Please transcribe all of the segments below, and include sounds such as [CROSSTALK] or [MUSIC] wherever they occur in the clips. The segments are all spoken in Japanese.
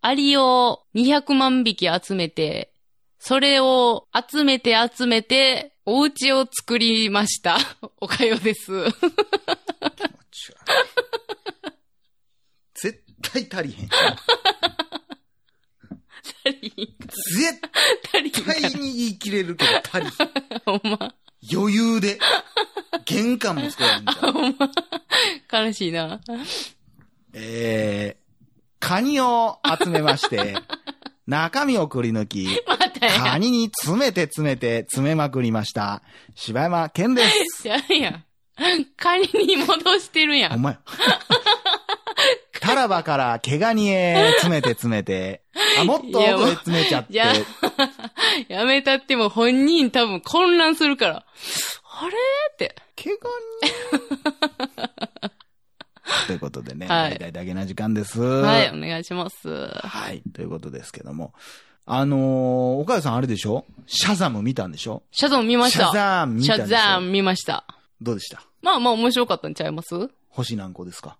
アリを200万匹集めて、それを集めて集めて、お家を作りました。 [LAUGHS] おかよです。気持ち悪い [LAUGHS] 絶対足りへん。足りん、絶足りんか対に言い切れるけど足りへん。な、 [LAUGHS] ほんま。余裕で。玄関も作らん [LAUGHS] じゃん。悲しいな。えー、カニを集めま [LAUGHS] して、中身をくり抜き、またカや。ニに詰めて詰めて詰めまくりました。柴山健です。ちゃうやん。仮に戻してるやおん。 [LAUGHS] 前。タラバから毛ガニへ詰めて詰めて、あ、もっと奥へ詰めちゃっいやて、やめたっても本人多分混乱するから。あれって。毛ガ [LAUGHS] ニということでね、はい大体だけな時間です。はい、お願いします。はい。ということですけども。あのー、岡谷さんあれでしょシャザム見たんでしょシャザム見ましシャた。ザーム見シたんャでしょザーム見ました。どうでしたまあまあ面白かったんちゃいます星何個ですか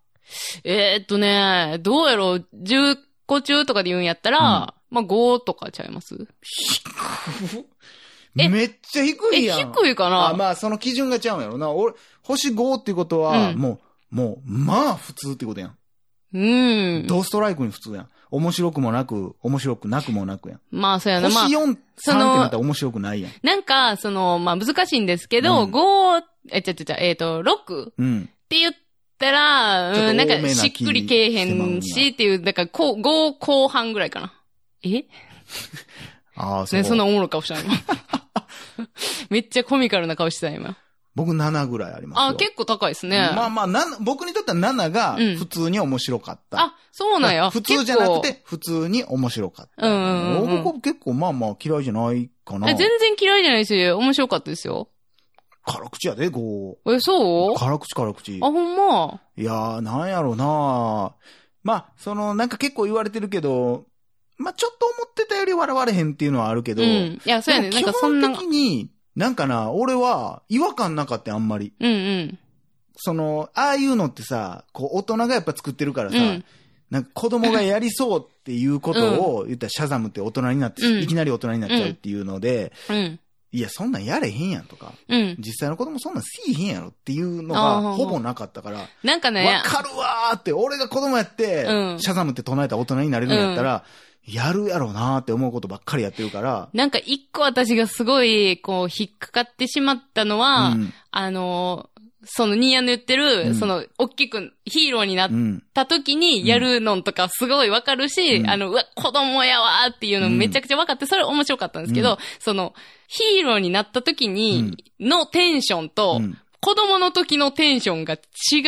えー、っとね、どうやろう、10個中とかで言うんやったら、まあ5とかちゃいますえめっちゃ低え、いやん。低いかなあ、まあ、その基準がちゃうんやろな。俺、星5ってことは、うんもう、もう、まあ、普通ってことやん。うん。ドストライクに普通やん。面白くもなく、面白くなくもなくやん。まあそうやな、まあ星。4、3ってそのなったら面白くないやん。なんか、その、まあ難しいんですけど、うん5、え、ちゃちゃちゃ、えーっ、と、6っうん。て言ったら、ちょっとうん、なん多めかなしっくりけえへん気してましうっていう、だからこう5後半ぐらいかな。えああ、そう。ね、そんなおもろい顔した [LAUGHS] 今。めっちゃコミカルな顔してた今。僕7ぐらいありますよ。あ、結構高いですね。まあまあ、7僕にとっては7がうん普通に面白かった。あ、そうなんや。普通じゃなく結て、普通に面白かった。うんうんうん僕は結構まあまあ嫌いじゃないか構。な。え、全然嫌いじゃないし、面白かったですよ。辛口やで、こ。え、そううあ、辛口辛口。ほんま。いやー、なんやろうなまあ、その、なんか結構言われてるけど、まあちょっと思ってたより笑われへんっていうのはあるけうど、ん。いや、そうやね。でなんもかそんな。う基ん本的に、なんかな、俺は違和感なかったよあんまり。うん。その、ああいうのってさ、こう、大人がやっぱ作ってるからうさ、ん。なんか子供がやりそうっていうことを、言ったらシャザムって大人になって、うんいきなり大人になっちゃうっていうので、うん。いや、そんなんやれへんやんとか、うん。実際の子供そんなんせえへんやろっていうのあーがほぼなかったから、わなんかね、かるわーって、俺が子供やって、うんシャザムって唱えたら大人になれるんやったら、やるやろうなーって思うことばっかりやってるから、なんか一個私がすごい、こう、引っかかってしまったのは、うん、あのー、その、ニーヤの言ってる、うんその、おっきくヒーローになっうん、った時にやるのんとかすごいわかるし、うんあの、うわ、子供やわーっていうのめちゃくちゃわかって、それ面白かったんですけど、うんその、ヒーローになった時に、のテンションと、うん子供の時のテンションが違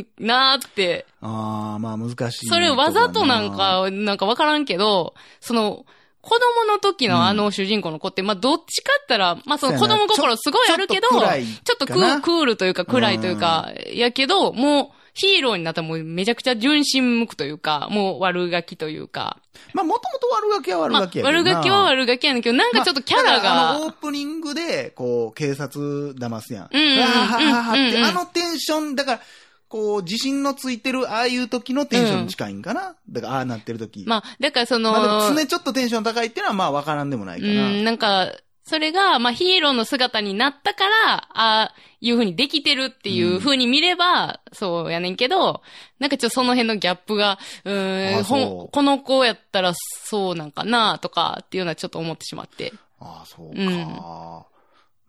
うなーって、あー、まあ難しい。それわざとなん、か、なんかわからんけど、その、子供の時うんのあの主人公の子って、まあどっちかったら、まあそのそ子うやな供心すごいあるけど、ちょっと暗いかなちょっとクークールというか暗いというか、やけど、もうヒーローになったらもうめちゃくちゃ純真無垢というか、もう悪ガキというか。まあもともと悪ガキは悪まあガキやけどな、悪ガキは悪ガキやねんけど、なんかちょっとキャラまあだからあがの、オープニングで、こう、警察騙すやん。うんうんうんわはははってうんうんあのテンション、だから、こう、自信のついてる、ああいう時のテンションに近いんかな、だから、ああなってる時。まあだからその、まあでも常ちょっとテンション高いっていうのは、まあ、わからんでもないかうな。ん、なんか、それが、まあ、ヒーローの姿になったから、ああいう風にできてるっていう風に見れば、そうやねんけど、なんかちょっとその辺のギャップが、うーん、あそうほんこの子やったらそうなんかな、とかっていうのはちょっと思ってしまって。ああ、そううか。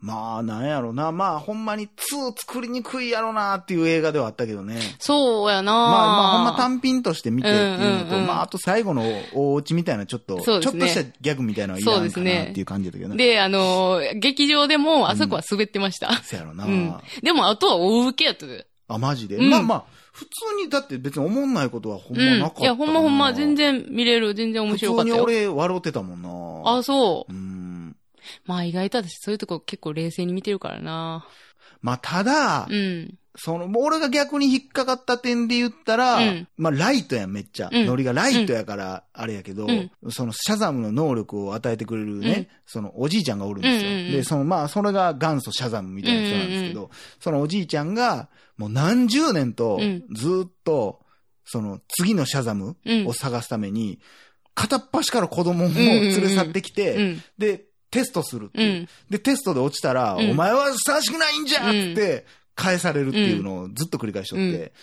まあ、なんやろな。まあ、ほんまに2作りにくいやろなっていう映画ではあったけどね。そうやなまあ、まあ、ほんま単品として見てっていうのと、うんうんうんまあ、あと最後のお家みたいな、ちょっと、そうちですねょっとしたギャグみたいなのはいらそうんですかなねっていう感じだけどね。で、あのー劇場でも、あそこは滑ってました。そやろな、うんでも、あとは大受けやったで。あ、マジで、うんまあまあ、普通に、だって別に思んないことはほんうまなんかっ。たいや、ほんまほんま、全然然見れる、全然面白かった普よ通。に俺笑ってたもんなあ、そう。うん。まあ意外と私そういうとこ結構冷静に見てるからな。まあ、ただ、うん。その、俺が逆に引っかかった点で言ったら、うんまあ、ライトやん、めっちゃ。うんノリがライトやから、あれやけど、うんその、シャザムの能力を与えてくれるね、うんその、おじいちゃんがおるんですよ。うんうんうんで、その、まあ、それが元祖シャザムみたいな人なんですけど、そのおじいちゃんが、もう何十年とうん、ずっと、その、次のシャザムうんを。探すために、片っ端から子供を連れ去ってきて、うん。で、テストするってういう。ん。で、テストで落ちたら、うんお前はふさわしくないんじゃっつって、返されるっていうのをずっと繰り返しとって。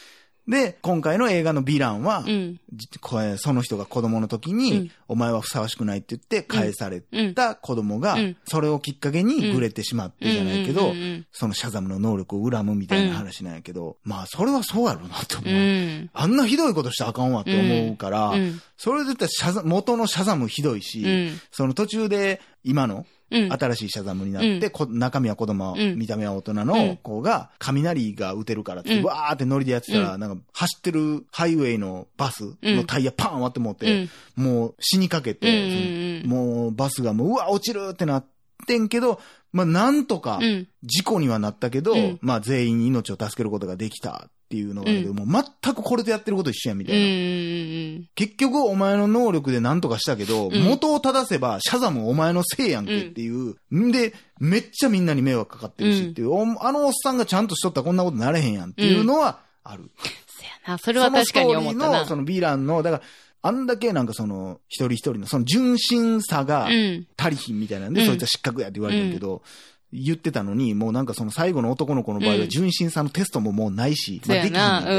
で、今回の映画のヴィランは、うん。じこえその人が子供の時うにん、お前はふさわしくないって言って返されうん。た子供がうん、それをきっかけにグレてしまってじゃないけうどんう、んそのシャザムの能力を恨むみたいな話なんやけど、まあそれはそうやろうなって思うう。ん。あんなひどいことしたらあかんわって思うかうら、ん。それで言ったらシャザ元のシャザムひどういん。うし、ん。その途中で今のうん。新しいシャザムになって、うこ中身は子供、うん見た目は大人うのん子が、雷が打てるからって、うんわーってノリでやってたら、うなんか走ってるハイウェイのバスのタイヤパーン割って持っうて、んもう死にかけうんて、うん。もうバスがもう、うわ、落ちるってなってんけど、まあなんとかうん。事故にはなったけど、うんまあ全員に命を助けることができたっていうのがあるけど、うもう全くこれとやってること一緒やみたいな。うん。結局お前の能力で何とかしたけど、うん元を正せばシャザムお前のせいやんけっていう、んで、めっちゃみんなに迷惑かかってるしっていう、おあのおっさんがちゃんとしとったらこんなことなれへんやんっていうのはある。そやな。それは確かに思っそのストーリーたな。の、そのヴィランの、だから、あんだけなんかその、一人一人の、その純真さがうん。足りひんみたいなんで、うんそういった失格やって言われるけど、言ってたのに、もうなんかその最後の男の子の場合うはん純真さのテストももうないし、そまあやできひんねんけど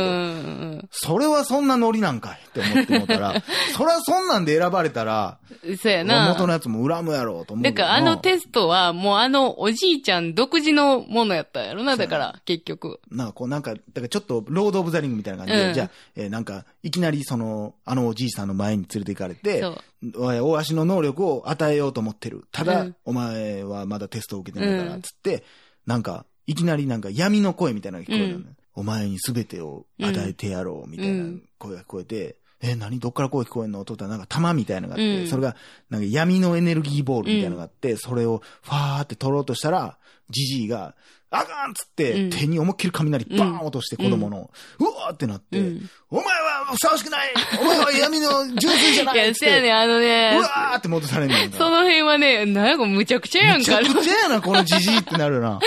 な。うん。それはそんなノリなんかいって思って思っ [LAUGHS] たら、そりゃそんなんで選ばれたら、うん。そやな。元のやつも恨むやろうと思うけだかど。らあのテストは、もうあのおじいちゃん独自のものやったんやろな、だから、結局。なんかこうなんか、だからちょっとロードオブザリングみたいな感じで、うんじゃあ、えーなんか、いきなりその、あのおじいさんの前に連れて行かれてそ、う。おい、大足の能力を与えようと思ってる。ただ、うんお前はまだテストを受けてないから、うんつって、なんか、いきなりなんか闇の声みたいなのが聞こえるのね、うお前に全てを与えてやろう、みたいな声が聞こえて、え、何どっから声聞こえんのと思ったらなんか玉みたいなのがあって、うんそれが、なんか闇のエネルギーボールみたいなのがあって、それをファーって取ろうとしたら、ジジイが、あかんっつって、うん手に思いっきり雷バーン落として子供の、うわーってなって、うん。お前はふさわしくないお前は闇の純粋じゃないいっや、つっそやてね、あのねうわ、ーって戻されんねんその辺はね、なんやこれむちゃくちゃやめんちゃか。くちゃやな、このじじいってな [LAUGHS] るな。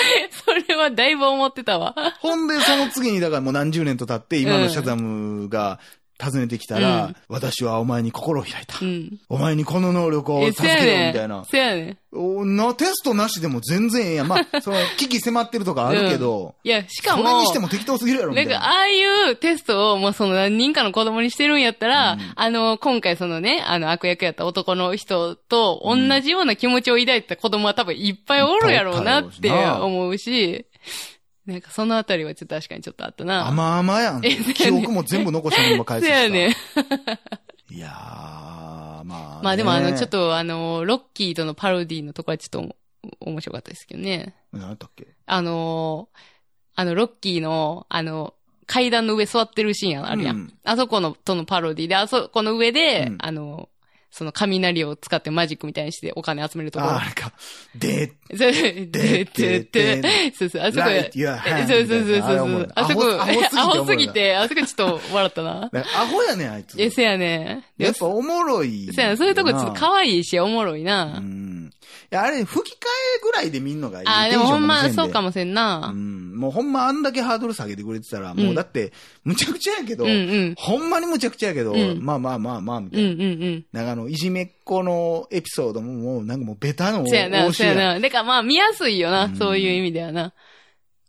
それはだいぶ思ってたわ。ほんで、その次に、だからもう何十年と経って、今のシャザムが訪ねてきたら、うん私はお前に心を開いた。うん。お前にこの能力をえ、助そけやろ、みねたいな。そやねおな、テストなしでも全然ええやん。ま [LAUGHS] あ、その、危機迫ってるとかあるけど、いや、しかそも、れにしても適当すぎるやろ、みたないんな。か、ああいうテストを、もうその何人かの子供にしてるんやったら、うんあの、今回そのね、あの、悪役やった男の人と、同じような気持ちを抱いてた子供は多分いっぱいおるやろうなって思うし、なんかそのあたりはちょっと確かにちょっとあったな。甘々やん。えそうやね記憶も全部残したまま返そすしやさ。ね。いやー、まあ、まあでもあの、ちょっと。とあの、ロッキーとのパロディのとこはちょっとおも面白かったですけどね。何だったっけあのーあの、ロッキーの、あの、階段の上座ってるシーンあるやん。うんあそこの、とのパロディで、あそこの上で、うんあの、その雷を使ってマジックみたいにしてお金集めるとこあ、ろあ。れか。で、 [LAUGHS] そうででででそうそう、あそこライや。ト、いや、えそうそうそうあれおもそろいうな。あそこ、アアホホすすぎぎてて、あそこちょっと笑った [LAUGHS]。なおもろいな。アホやねん、あいつ。え、せやね。でやっぱおもろい。せやね。そういうとこちょっとわ可愛いし、おもろいい。うな。ん。いや、あれ、吹き替えぐらいで見んのがいい。あー、でもほんま、テンショそンうかももせんせんで。うな。ん。もうほんまあんだけハードル下げてくれてたら、もうだって、むちゃくちゃやけうどんう、ん。ほんまにむちゃくちゃやけど、うんまあまあまあまあ、みうたんいうな。んうん。なんかあの、いじめっ子のエピソードももうなんかもうベタのそうやな、応そ酬うややんな。だからまあ見やすいよな、うんそういう意味ではな。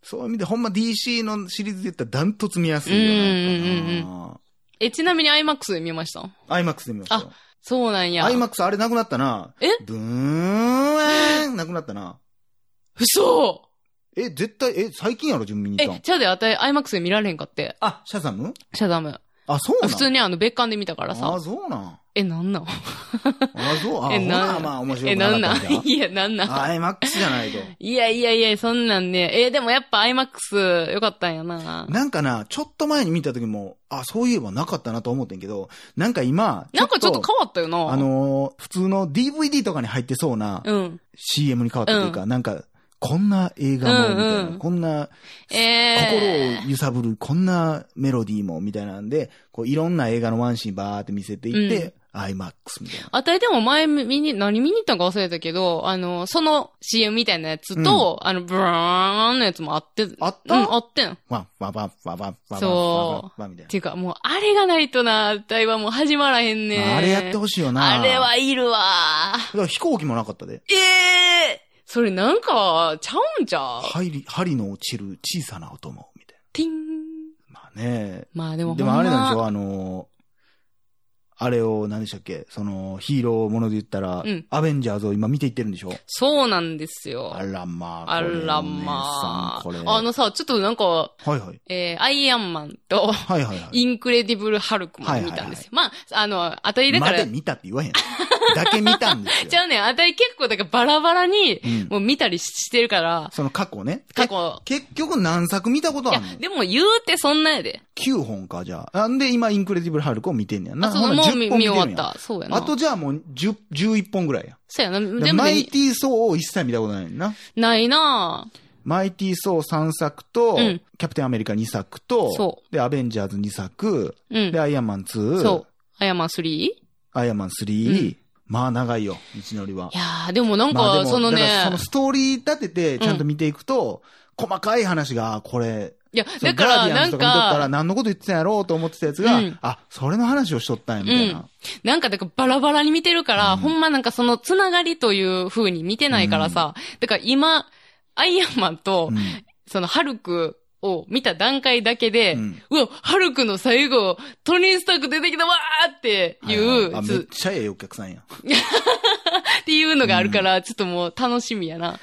そういう意味でほんま DC のシリーズで言ったらダントツ見やすいようんうんうな。え、ちなみに IMAX で見ましたアイマックスで見ましたよ。そうなんや。アイマックスあれなくなったな。えブーン、なくなったな。嘘え、絶対、え、最近やろ、準備に行えったん、。ちゃうで、あたい IMAX で見られへんかって。あ、シャザムシャザム。あ、そうなん普通にあの別館で見たからあ、さ。そうなん。え、なんなんあ、そう [LAUGHS] あ、えほななんまあ面白え、くななんかなったんじゃんん。 [LAUGHS] いや、なんなんあ、IMAX じゃないと。いやいやいや、そんなんね。えーでもやっぱ IMAX 良かったんやな。なんかな、ちょっと前に見た時も、あ、そういえばなかったなと思ってんけど、なんか今、なんかちょっと変わったよな。あ、のー普通の DVD とかに入ってそうなうん。 CM に変わったというか、なんか、こんな映画も、みたいな、うんうんこんな、え心を揺さぶるこんなメロディーも、みたいなんで、こう、いろんな映画のワンシーンバーって見せていって、IMAX みたいな。あたいでも前見に、何見に行ったんか忘れたけど、あの、その CM みたいなやつと、あの、ブラーンのやつもあって、あっうん、たあってん。っわ、わ、わ、わ、わ、わ、わ、そうわ、わ、みたいていうか、もう、あれがないとな、あたいはもう始まらへんねな。あれやってほしいよな。あれ。はいるわだから飛行機もなかったで。ええそれなんか、ちゃうんちゃう針、針の落ちる小さな音も、みたいティン。な。まあね。まあでもでほんもま、あれなんでしょあのー、あれを何でしたっけそのヒーローもので言ったら、うんアベンジャーズを今見ていってるんでしょそうなんですよ。あらまあ。あらまこれお姉さんこれあ。あのさ、ちょっとなんか、はいはい。えー、アイアンマンと、はいはいはい。インクレディブル・ハルクまで見たんですよ。まあ、あの、あたいだかまらで、見たって言わへん。だけ見た [LAUGHS] んですよ。じゃあね、あたい結構だからバラバラにう、んもう見たりしてるから、その過去ね。過去。け結局何作見たこといやあんの、でも言うてそんなやで。 ?9 本か、じゃあ。なんで今、インクレディブル・ハルクを見てんねやな。あ、そほう、なもう10見本見てん終わねっや。た。そうやな。あと、じゃあもう10、11本ぐらいや。そうやな。で全部マイ見ティー・ソーを一切見たことないねんな。ないなぁ。マイティー・ソー3作と、うんキャプテン・アメリカ2作とそ、で、アベンジャーズ2作、うんで、。アイアンマン2、そう。アイアンマン 3? いアイアンマン3、まあ長いよ、道のりは。やー、でもなんか、まあでもそのねだからそ、のストーリー立てて、ちゃんと見ていくと、細かい話が、あこれ、いや、そだのかガら、ーディアなンズんとか見とったら、か、何のこと言ってたんやろうと思ってたやつが、うんあ、それの話をしとったんや、みたいな。なんか、だからバラバラに見てるから、うんほんまなんかそのつながりという風に見てないからさ、だから今、アイアンマンと、うん。そのハルクを見た段階だけで、ううんわ、ハルクの最後、トニー・スターク出てきたわーっていはう、はあめっつちゃええお客さんや。だかっていうのがあるから、ちょっともう楽しみやな。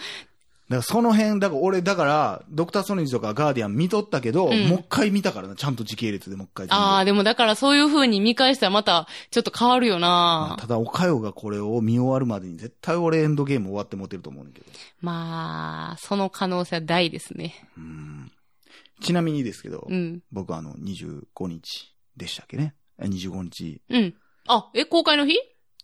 らその辺、だから俺、だから、ドクターソニーズとかガーディアン見とったけど、うんもう一回見たからな、ちゃんと時系列でもう一回全部。ああ、でもだからそういう風に見返したらまた、ちょっと変わるよまなあただ、おかよがこれを見終わるまでに絶対俺エンドゲーム終わってモテると思うねんだけど。まあ、その可能性は大ですね。うんちなみにですけど、うん。僕はあの、25日でしたっけね。え25日、うん。あ、え、公開の日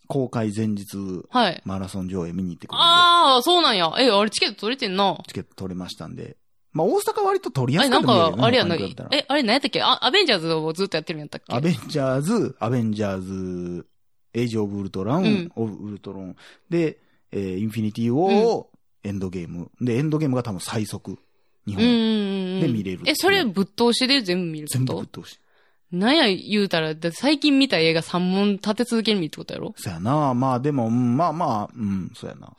公開前日、はい。マラソン上映見に行ってくるんで、ああ、そうなんや。え、あれチケット取れてんな。チケット取れましたんで。まあ、大阪割と取りあやれすかなっんたみたいか、あれやな他に比べたら。え、あれ何やったっけあ、アベンジャーズをずっとやってるんやったっけアベンジャーズ、アベンジャーズ、エイジ・オブ・ウルトラン、うんオブ・ウルトロン、で、えーインフィニティ・ウォー、エンドゲーム。で、エンドゲームが多分最速。日うんう本。んうん。で見れるえ、それぶっ通しで全部見るって全こ部ぶっと通し。なんや言うたら、だって最近見た映画3本立て続けに見るってことやろそやな。まあでも、うんまあまあ、うん、そうやな。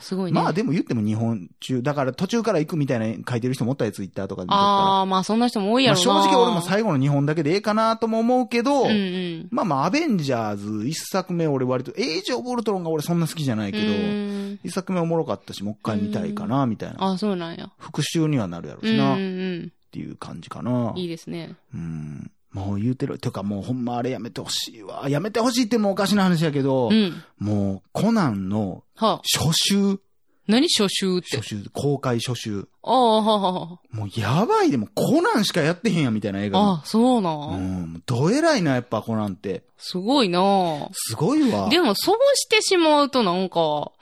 すごいね。まあでも言っても日本中、だから途中から行くみたいな書いてる人もおったやつ、ツイッターとかで見とったら。ああ、まあそんな人も多いやまあろな。正直俺も最後の日本だけでええかなとも思うけど、うんうん。まあまあ、アベンジャーズ一作目俺割と、エイジ・オブ・ウルトロンが俺そんな好きじゃないけど、うん一作目おもろかったし、もう一回見たいかな、みたいな。あ、そうなんや。復讐にはなるやろううんしうな、っんていう感じかなうん。。いいですね。うん。もう言うてる。てかもうほんまあれやめてほしいわ。やめてほしいってもおかしな話やけど、うん。もうコナンのはあ、初集、何初秋って初。集、公開初集。ああ、はあ、はあ。もうやばいでもコナンしかやってへんやみたいな映画が。あ、そうな。うんん。どえらいな、やっぱコナンって。すごいなあすごいわ。でも、そうしてしまうとなんか、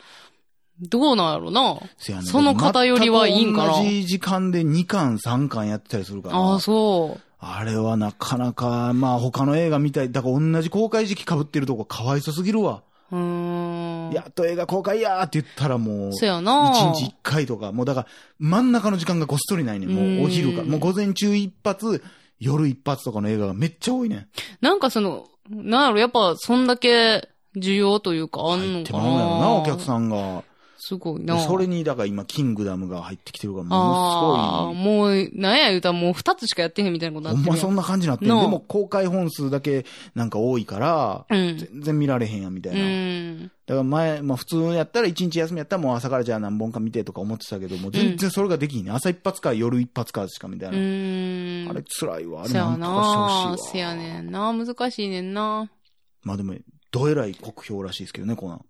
どうなんやろな。せやねんその偏りはいいんかな全く同じ時間で2巻、3巻やってたりするから。ああ、あそう。れはなかなか、まあ他の映画みたい、だから同じ公開時期被ってるとこかわいそすぎるわ。うーん。やっと映画公開やーって言ったらもう、そ1やな日1回とか、もうだから真ん中の時間がごっそりないねん。もうお昼か、うんもう午前中一発、夜一発とかの映画がめっちゃ多いねん。なんかその、なんやろ、やっぱ、そんだけ需要というかあん入っのてかまなうのやろな、お客さんが。すごいでなそれに、だから今、キングダムが入ってきてるから、ああものー、すごい。もう、なんや言うたらもう二つしかやってへんみたいなことほにんなまってそるんな感じになってる。なあでも公開本数だけなんか多いから、やん。うん。全然見られへんやんみたいな。だうん。から前、まあ普通やったら一日休みやったらもう朝からじゃあ何本か見てとか思ってたけど、もう全然それができひんね。朝一発か夜一発かしかみたいうな。ん。あれ辛いわ。あれせやなんとかしてほなしいわ。せやねんな難しいねんなまあでも、どえらい酷評らしいですけどね、コナン。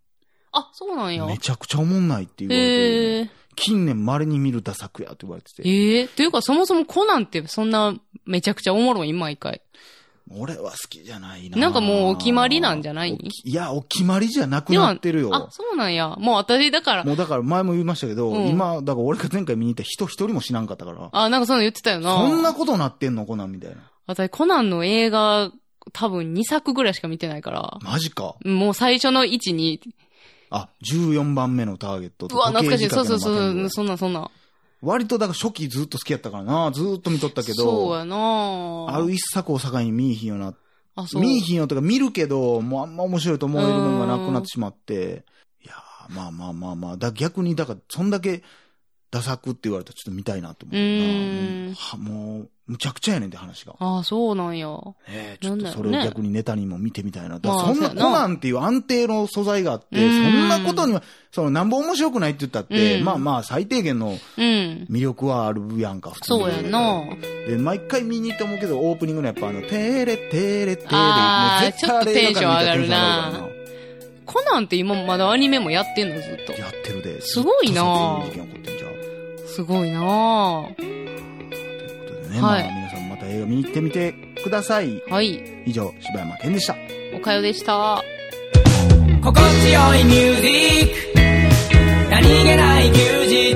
あ、そうなんや。めちゃくちゃおもんないって言われてる。えー、近年稀に見るダ作やって言われてて。ええというかそもそもコナンってそんなめちゃくちゃおもろい、毎回。俺は好きじゃないな。なんかもうお決まりなんじゃないおきいや、お決まりじゃなくなってるよ。あ、そうなんや。もう私だから、もうだから前も言いましたけど、うん今、だから俺が前回見に行った人一人も知らんかったから、あ、なんかそんなの言ってたよな。そんなことなってんのコナンみたいな。私コナンの映画多分2作ぐらいしか見てないから、マジか。もう最初の1に、あ、14番目のターゲットうとわ、懐かしい。時計仕そう掛けそのう魔剣舞そう、そんなんそんなん。割とだから初期ずっと好きやったからな、ずっと見とったけそうど、やなある一作を境に見いひんようになっあ、そう。見いひんよとか見るけど、もうあんま面白いと思えるもんがなくなってしまって、いやーまあまあまあまあ、だ逆に、だから、そんだけ、ダ作って言われたらちょっと見たいなと思うなうーんはもう、むちゃくちゃやねんって話が。あ、そうなんや。ええちょっとなんだろそうれをね逆にネタにも見てみたいな。だまあそんな、そコうやなナンっていう安定の素材があって、そうんんなことには、その、なんぼ面白くないって言ったって、うんまあまあ、最低限のうん。魅力はあるやんか、普通にそうやなで、毎回見に行って思うけど、オープニングのやっぱあの、テーレテーレテーレ、あーもう絶対あれ映画館で見たらテンショちょっとテンション上がるなン上がるな。コナンって今まだアニメもやってんの、ずっと。やってるで。すごいなぁずっとそういう事件起こってんじゃん。すごいなということでね、はいまあ皆さんまた映画見に行ってみてください。はい。以上、柴山健でした。おかよでした。心地よいミュージック何気ない休日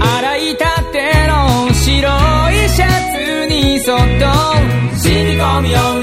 洗いたての白いシャツにそっと染み込むよう